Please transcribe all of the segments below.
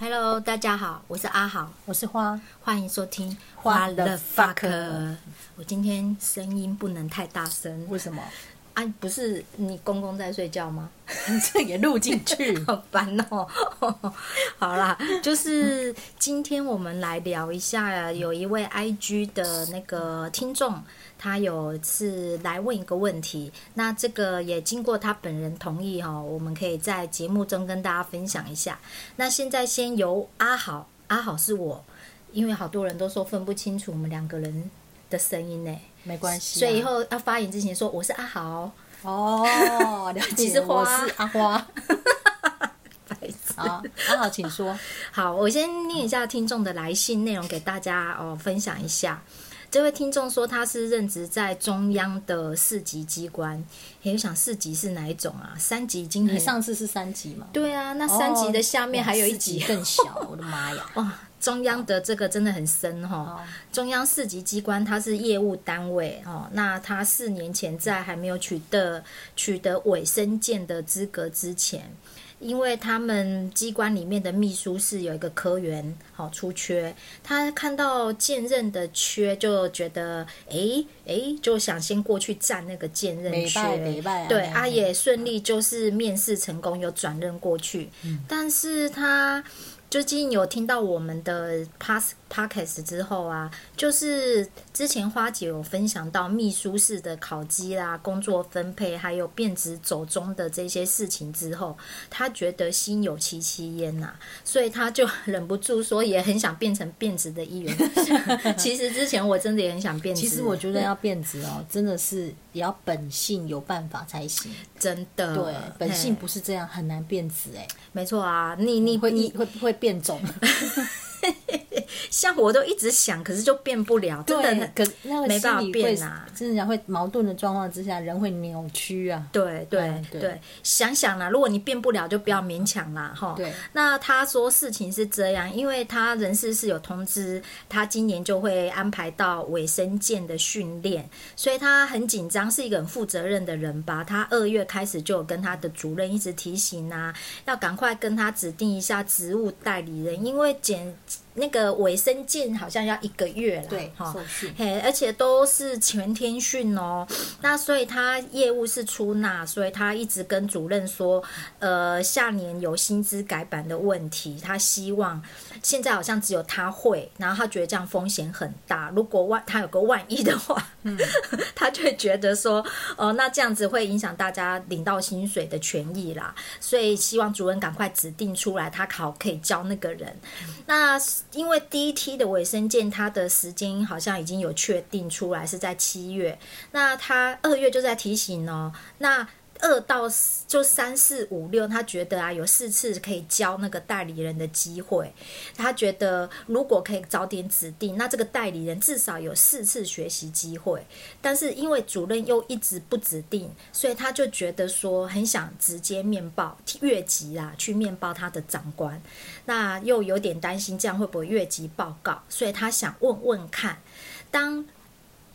Hello，大家好，我是阿豪，我是花，欢迎收听《花 the fuck》。我今天声音不能太大声为什么？啊！不是你公公在睡觉吗？这 也录进去 好烦哦！好啦，就是今天我们来聊一下，有一位 IG 的那个听众，他有是来问一个问题，那这个也经过他本人同意哦，我们可以在节目中跟大家分享一下。那现在先由阿好，阿好是我，因为好多人都说分不清楚我们两个人的声音呢， 没关系啊。所以以后要发言之前说我是阿好。哦，了解，你是花我是阿花白痴啊，阿豪，请说。好，我先念一下听众的来信内容给大家哦，分享一下。这位听众说他是任职在中央的市级机关，诶我想市级是哪一种啊？三级已经很 你哎上次是三级嘛？对啊，那三级的下面哦还有一四级。更小， 我的妈呀！哇、中央的这个真的很深哈、哦哦。中央市级机关它是业务单位哦，那他四年前在还没有取得取得委生件的资格之前，因为他们机关里面的秘书室有一个科员好、哦、出缺，他看到见任的缺就觉得诶诶，就想先过去占那个见任没缺，拜没拜啊，对，没拜啊也顺利就是面试成功，有转任过去。嗯但是他最近有听到我们的 pass podcast 之后啊，就是之前花姐有分享到秘书室的考绩啦、工作分配还有变职走中的这些事情之后，他觉得心有戚戚焉呐、所以他就忍不住说也很想变成变职的一 员。其实之前我真的也很想变职，其实我觉得要变质哦，真的是也要本性有办法才行。真的对，本性嘿不是这样，很难变质哎，没错啊，你你会你会会变 种。像我都一直想，可是就变不了，真的对很，可那个没办法心理会变啊真的讲会矛盾的状况之下，人会扭曲啊。对对、嗯对对，想想啦，如果你变不了，就不要勉强啦，哈。对那他说事情是这样，因为他人事是有通知，他今年就会安排到尾声舰的训练，所以他很紧张，是一个很负责任的人吧。他二月开始就有跟他的主任一直提醒啊，要赶快跟他指定一下职务代理人，因为检那个尾声舰好像要一个月啦，对，哈。受训。嘿，而且都是全天训哦。那所以他业务是出纳，所以他一直跟主任说，呃，下年有薪资改版的问题，他希望现在好像只有他会，然后他觉得这样风险很大。如果万他有个万一的话， 他就会觉得说，哦、那这样子会影响大家领到薪水的权益啦。所以希望主任赶快指定出来，他好可以教那个人。那因为第一梯的尾声舰，它的时间好像已经有确定出来是在七月，那他二月就在提醒哦，那。二到四就三四五六，他觉得啊有四次可以教那个代理人的机会，他觉得如果可以早点指定，那这个代理人至少有四次学习机会。但是因为主任又一直不指定，所以他就觉得说很想直接面报越级啦，去面报他的长官。那又有点担心这样会不会越级报告，所以他想问问看，当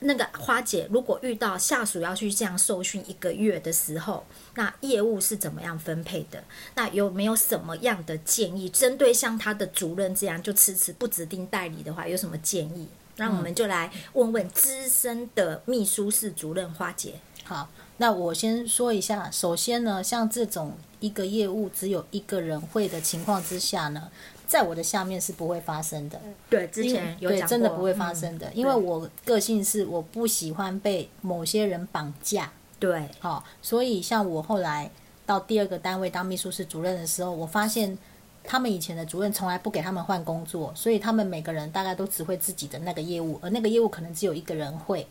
那个花姐如果遇到下属要去这样受训一个月的时候，那业务是怎么样分配的？那有没有什么样的建议？针对像他的主任这样就迟迟不指定代理的话，有什么建议？那我们就来问问资深的秘书室主任花姐。好，那我先说一下，首先呢，像这种一个业务只有一个人会的情况之下呢，在我的下面是不会发生的。对，嗯之因为前有对讲真的过嗯不会发生的，因为我个性是我不喜欢被某些人绑架。对好、所以像我后来到第二个单位当秘书室主任的时候，我发现他们以前的主任从来不给他们换工作，所以他们每个人大概都只会自己的那个业务，而那个业务可能只有一个人会。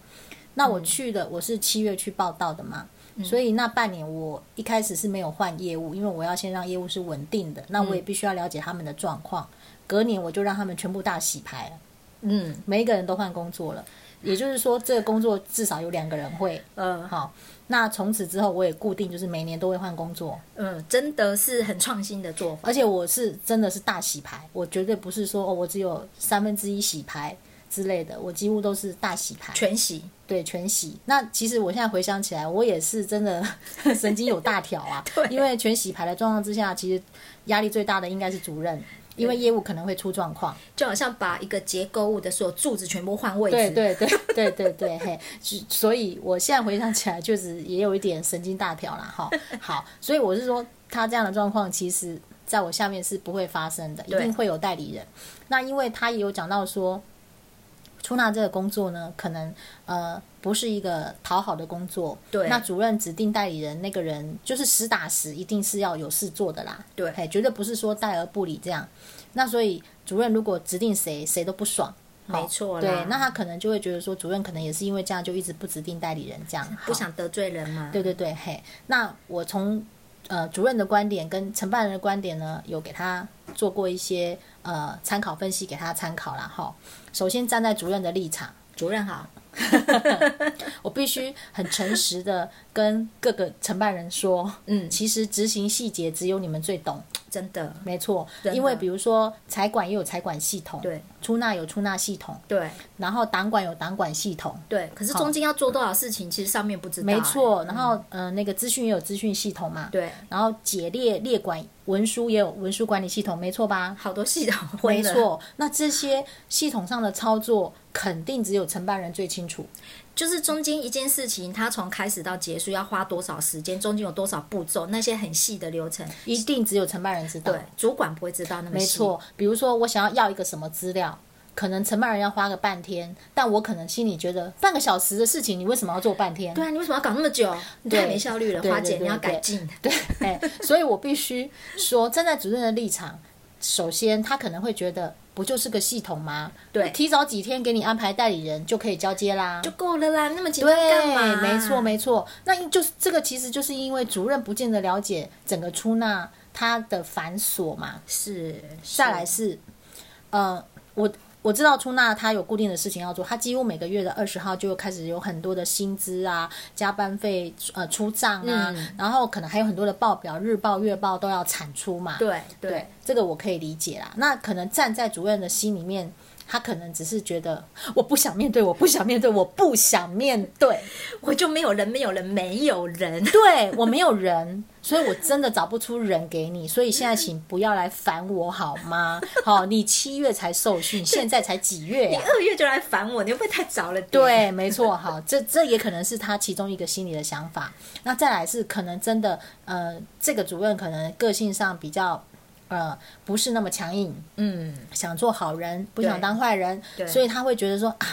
那我去的，我是七月去报道的嘛。所以那半年我一开始是没有换业务，因为我要先让业务是稳定的，那我也必须要了解他们的状况。隔年我就让他们全部大洗牌了，嗯每一个人都换工作了，也就是说这个工作至少有两个人会，呃好，那从此之后我也固定就是每年都会换工作，嗯，真的是很创新的做法。而且我是真的是大洗牌，我绝对不是说哦我只有三分之一洗牌之类的，我几乎都是大洗牌，全息，对全洗。那其实我现在回想起来，我也是真的 神经有大条啊，因为全洗牌的状况之下，其实压力最大的应该是主任。因为业务可能会出状况。就好像把一个结构物的所有柱子全部换位置，对对对 对对对，嘿，是所以我现在回想起来，就是也有一点神经大条啦， 哈。好，所以我是说，他这样的状况，其实在我下面是不会发生的，一对定会有代理人。那因为他也有讲到说，出纳这个工作呢，可能呃不是一个讨好的工作。对那主任指定代理人那个人，就是实打实一定是要有事做的啦。对嘿，绝对不是说带而不理这样。那所以主任如果指定谁，谁都不爽。没错啦。对，那他可能就会觉得说，主任可能也是因为这样就一直不指定代理人这样，不好。想得罪人嘛。对对对，嘿，那我从呃主任的观点跟承办人的观点呢，有给他做过一些呃参考分析，给他参考啦。哈。首先站在主任的立场，主任好，我必须很诚实的跟各个承办人说，嗯其实执行细节只有你们最懂，真的，没错，真的因为比如说财管也有财管系统，对，出纳有出纳系统，对然后党管有党管系统，对。可是中间要做多少事情，其实上面不知道。没错，哎然后呃，那个资讯也有资讯系统嘛，，对，然后解列列管文书也有文书管理系统，没错吧？好多系统没混了，错，那这些系统上的操作肯定只有承办人最清楚。就是中间一件事情，它从开始到结束要花多少时间，中间有多少步骤，那些很细的流程，一定只有承办人知道。对，，主管不会知道那么细。没，错。比如说，我想要要一个什么资料，可能承办人要花个半天，但我可能心里觉得半个小时的事情，你为什么要做半天？对啊，你为什么要搞那么久？你太对没效率了，对花对姐，对你要对改进。对， 哎，所以我必须说，站在主任的立场，首先他可能会觉得，不就是个系统吗？对提早几天给你安排代理人就可以交接啦。就够了啦，那么紧张干对，嘛？没错，没错。那因就是这个，其实就是因为主任不见得了解整个出纳它的繁琐嘛。是再来是，呃，我我知道出纳他有固定的事情要做，他几乎每个月的二十号就开始有很多的薪资啊、加班费、呃出账啊，嗯然后可能还有很多的报表、日报、月报都要产出嘛。对对对，这个我可以理解啦。那可能站在主任的心里面。他可能只是觉得我不想面对，我不想面对，我不想面对。我就没有人，没有人，没有人。对我没有人，所以我真的找不出人给你，所以现在请不要来烦我好 吗？好，你七月才受训，现在才几月你 呀、二月就来烦我，你会不会太早了点？对，没错，好，这这也可能是他其中一个心里的想法。那再来是可能真的，呃，这个主任可能个性上比较，呃，不是那么强硬，嗯，想做好人，不对想当坏人对，所以他会觉得说啊，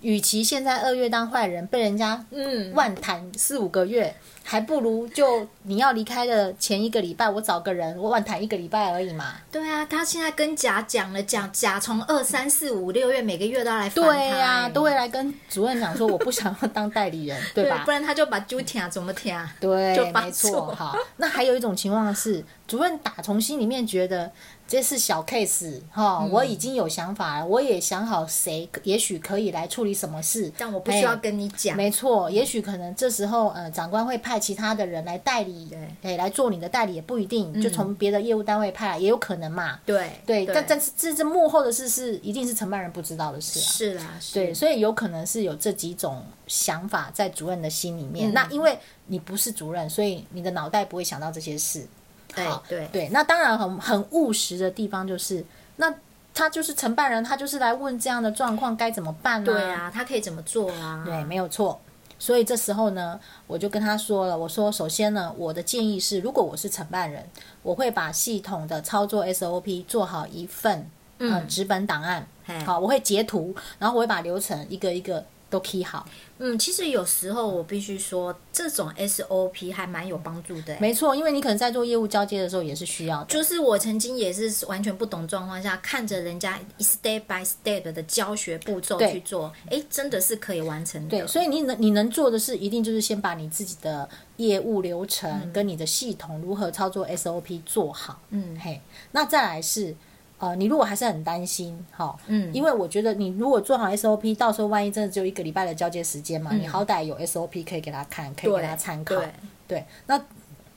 与其现在二月当坏人，被人家嗯万谈四五个月，还不如就你要离开的前一个礼拜，我找个人，我万谈一个礼拜而已嘛。对啊，他现在跟甲讲了，讲甲从二三四五六月每个月都要来烦他对呀、哎都会来跟主任讲说，我不想要当代理人， 对对吧不？然他就把揪听怎么啊听？就对，发没作错。好，那还有一种情况是，主任打从心里面觉得这是小 case 哈、我已经有想法了，我也想好谁也许可以来处理什么事，但我不需要哎跟你讲。没错，也许可能这时候呃，长官会派其他的人来代理，对嗯哎，来做你的代理也不一定，就从别的业务单位派来也有可能嘛。对对，但但是这这幕后的事是一定是承办人不知道的事啊。是啦，是对，所以有可能是有这几种想法在主任的心里面。嗯那因为你不是主任，所以你的脑袋不会想到这些事。对好哎对对，那当然很很务实的地方就是，那他就是承办人，他就是来问这样的状况该怎么办呢、对啊，他可以怎么做啊？对，没有错。所以这时候呢，我就跟他说了，我说首先呢，我的建议是，如果我是承办人，我会把系统的操作 SOP 做好一份嗯、呃、纸本档案嘿，好，我会截图，然后我会把流程一个一个都 key 好。嗯，其实有时候我必须说，这种 SOP 还蛮有帮助的、欸。没错，因为你可能在做业务交接的时候也是需要的。就是我曾经也是完全不懂状况下，看着人家 step by step 的教学步骤对去做，哎，真的是可以完成的。对，所以你能你能做的是，一定就是先把你自己的业务流程跟你的系统如何操作 SOP 做好。嗯嘿，那再来是，呃，你如果还是很担心，哈，嗯因为我觉得你如果做好 SOP，到时候万一真的只有一个礼拜的交接时间嘛，你好歹有 SOP 可以给他看，可以嗯对给他参考。对对那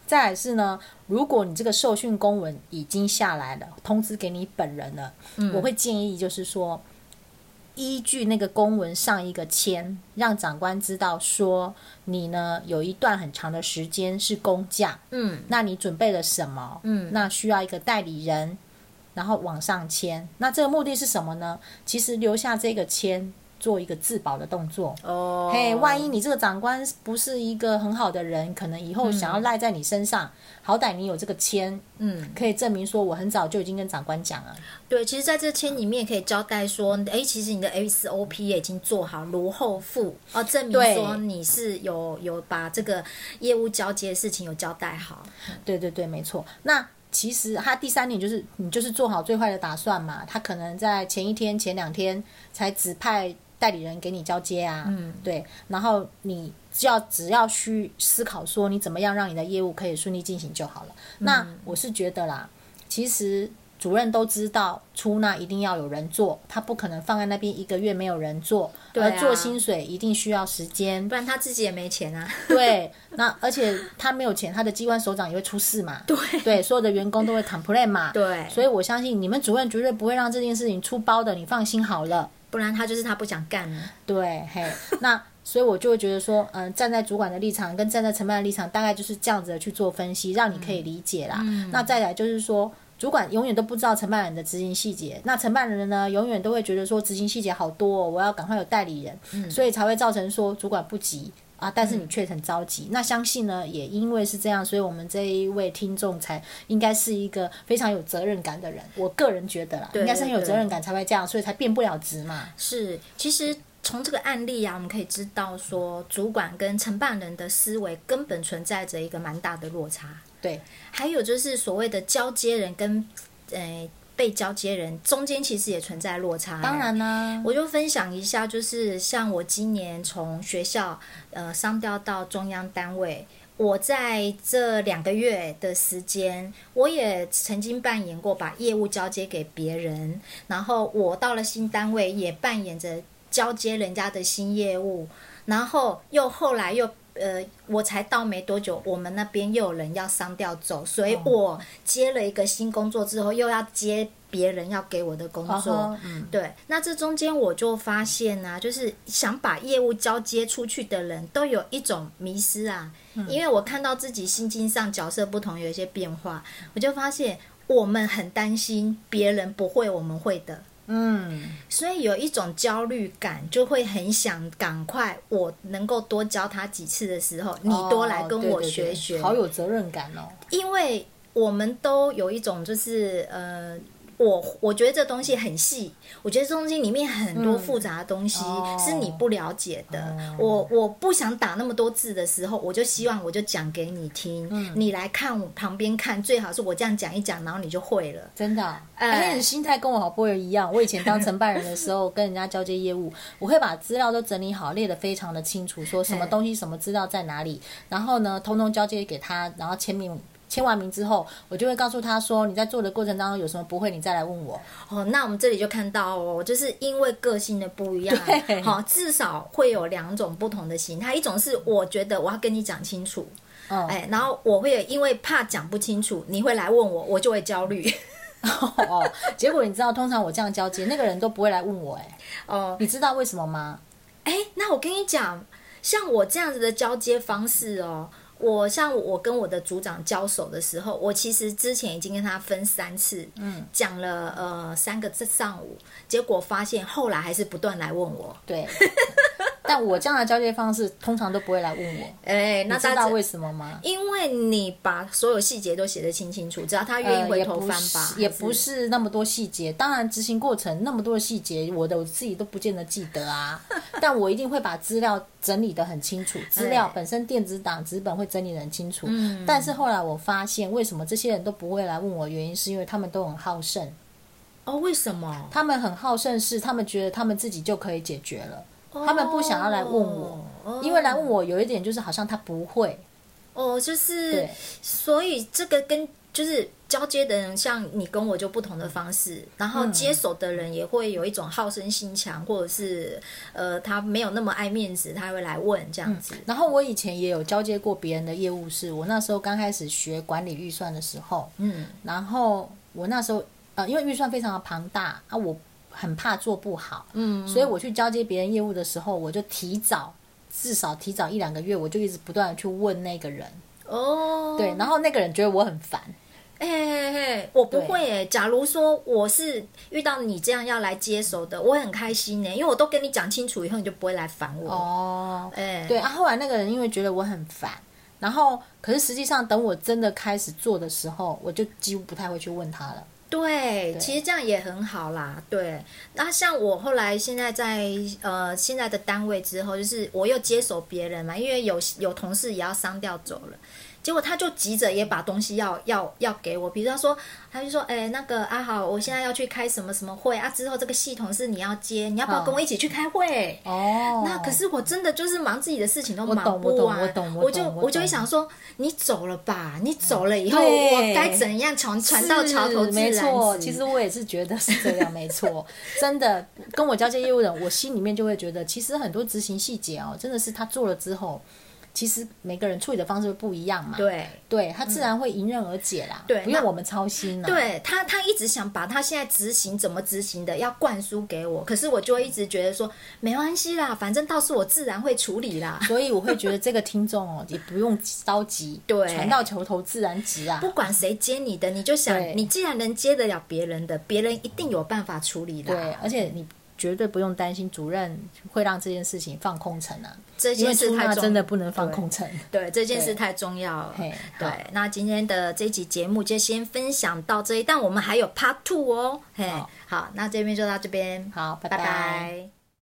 再来是呢，如果你这个受训公文已经下来了，通知给你本人了，我会建议就是说，依据那个公文上一个签，让长官知道说你呢有一段很长的时间是公假，嗯那你准备了什么？嗯那需要一个代理人。然后往上签。那这个目的是什么呢？其实留下这个签做一个自保的动作。哦，嘿、万一你这个长官不是一个很好的人，可能以后想要赖在你身上，好歹你有这个签，嗯，可以证明说我很早就已经跟长官讲了。对，其实在这签里面也可以交代说，哎，其实你的 SOP 也已经做好，如后付哦，证明对说你是有有把这个业务交接的事情有交代好。对对对，没错。那其实他第三点就是，你就是做好最坏的打算嘛。他可能在前一天、前两天才指派代理人给你交接啊，嗯，对。然后你只要只要去思考说，你怎么样让你的业务可以顺利进行就好了。嗯那我是觉得啦，其实。主任都知道出纳一定要有人做，他不可能放在那边一个月没有人做，对啊而做薪水一定需要时间不。然他自己也没钱啊。对，那而且他没有钱，他的机关首长也会出事嘛。对对，所有的员工都会 complain 嘛。对所以我相信你们主任绝对不会让这件事情出包的，你放心好了。不然他就是他不想干了。对，嘿， 那所以我就会觉得说，嗯、站在主管的立场跟站在承办的立场，大概就是这样子的去做分析，让你可以理解啦。嗯那再来就是说。主管永远都不知道承办人的执行细节，那承办人呢，永远都会觉得说执行细节好多、哦，我要赶快有代理人，嗯所以才会造成说主管不急啊，但是你却很着急。那相信呢，也因为是这样，所以我们这一位听众才应该是一个非常有责任感的人。我个人觉得啦，应该是很有对责任感才会这样，所以才变不了职嘛。是，其实从这个案例啊，我们可以知道说，主管跟承办人的思维根本存在着一个蛮大的落差。对，还有就是所谓的交接人跟呃被交接人中间，其实也存在落差。当然啦、我就分享一下，就是像我今年从学校呃商调到中央单位，我在这两个月的时间，我也曾经扮演过把业务交接给别人，然后我到了新单位也扮演着交接人家的新业务，然后又后来又。呃，我才到没多久，我们那边又有人要商调走，所以我接了一个新工作之后，又要接别人要给我的工作，哦吼嗯，对，那这中间我就发现啊，就是想把业务交接出去的人都有一种迷失啊，嗯因为我看到自己心境上角色不同有一些变化，我就发现我们很担心别人不会我们会的，嗯，所以有一种焦虑感，就会很想赶快我能够多教他几次的时候，你多来跟我学学，哦对对对好有责任感哦。因为我们都有一种就是呃。我我觉得这东西很细，我觉得这东西里面很多复杂的东西哦是你不了解的。我我不想打那么多字的时候，我就希望我就讲给你听，你来看我旁边看，最好是我这样讲一讲，然后你就会了。真的哦、哎而且你的心态跟我好不一样。我以前当承办人的时候， 跟人家交接业务，我会把资料都整理好，列得非常的清楚，说什么嘿东西、什么资料在哪里，然后呢，通通交接给他，然后签名。签完名之后，我就会告诉他说：“你在做的过程当中有什么不会，你再来问我。 哦，那我们这里就看到哦，就是因为个性的不一样啊对，好、至少会有两种不同的形态，一种是我觉得我要跟你讲清楚，嗯哎，然后我会因为怕讲不清楚，你会来问我，我就会焦 虑。哦，结果你知道，通常我这样交接，那个人都不会来问我、哎，哦，你知道为什么吗？哎，那我跟你讲，像我这样子的交接方式哦，我像我跟我的组长交手的时候，我其实之前已经跟他分三次，嗯，讲了呃三个上午，结果发现后来还是不断来问我。 对，但我这样的交接方式通常都不会来问我。哎，那你知大家道为什么吗？因为你把所有细节都写得清清楚，只要他愿呃意回也头不翻吧，是也不还是那么多细节。当然，执行过程那么多的细节，我的我自己都不见得记 得啊。但我一定会把资料整理得很清楚，资料哎本身电子档、纸本会整理得很清楚。嗯、但是后来我发现，为什么这些人都不会来问我？原因是因为他们都很好胜，哦，为什么？他们很好胜是他们觉得他们自己就可以解决了，他们不想要来问我，哦因为来问我有一点就是好像他不会。哦，就是对，所以这个跟就是交接的人，像你跟我就不同的方式，然嗯后接手的人也会有一种好胜心强，或者是呃，他没有那么爱面子，他会来问这样子。然后我以前也有交接过别人的业务是，我那时候刚开始学管理预算的时候，嗯，然后我那时候呃，因为预算非常的庞大啊，我很怕做不好，嗯，所以我去交接别人业务的时候，我就提早至少提早一两个月，我就一直不断的去问那个人，哦，对，然后那个人觉得我很烦，哎、嘿嘿，我不会哎、假如说我是遇到你这样要来接手的，我会很开心呢、因为我都跟你讲清楚以后，你就不会来烦我。哦，哎、对啊，后来那个人因为觉得我很烦，然后可是实际上等我真的开始做的时候，我就几乎不太会去问他了。对，其实这样也很好啦。对，那像我后来现在在呃现在的单位之后，就是我又接手别人嘛，因为有有同事也要商调走了。结果他就急着也把东西要要要给我，比如他说，他就说，哎、那个啊好，我现在要去开什么什么会啊，之后这个系统是你要接，你要不要嗯跟我一起去开会？哦那可是我真的就是忙自己的事情都我忙懂我不懂完，我懂我就懂我我就会懂想说，你走了吧，你走了以后，对我该怎样船船到桥头是自没然错，直其实我也是觉得是这样，没 错，真的跟我交接业务人，我心里面就会觉得，其实很多执行细节哦，真的是他做了之后，其实每个人处理的方式会不一样嘛，，对。对他自然会迎刃而解啦，对不用那我们操心啦，，对他，他一直想把他现在执行怎么执行的要灌输给我，可是我就会一直觉得说没关系啦，反正到时候我自然会处理啦。所以我会觉得这个听众哦，也不用着急， 对船到桥头自然直啊不。管谁接你的，你就想对，你既然能接得了别人的，别人一定有办法处理对，的。而且你绝对不用担心主任会让这件事情放空城啊，这因为件事出太纳重真的不能放空城。对，这件事对太重要了嘿。对好，那今天的这集节目就先分享到这里，但我们还有 Part Two 哦。嘿好，好，那这边就到这边，好，拜拜拜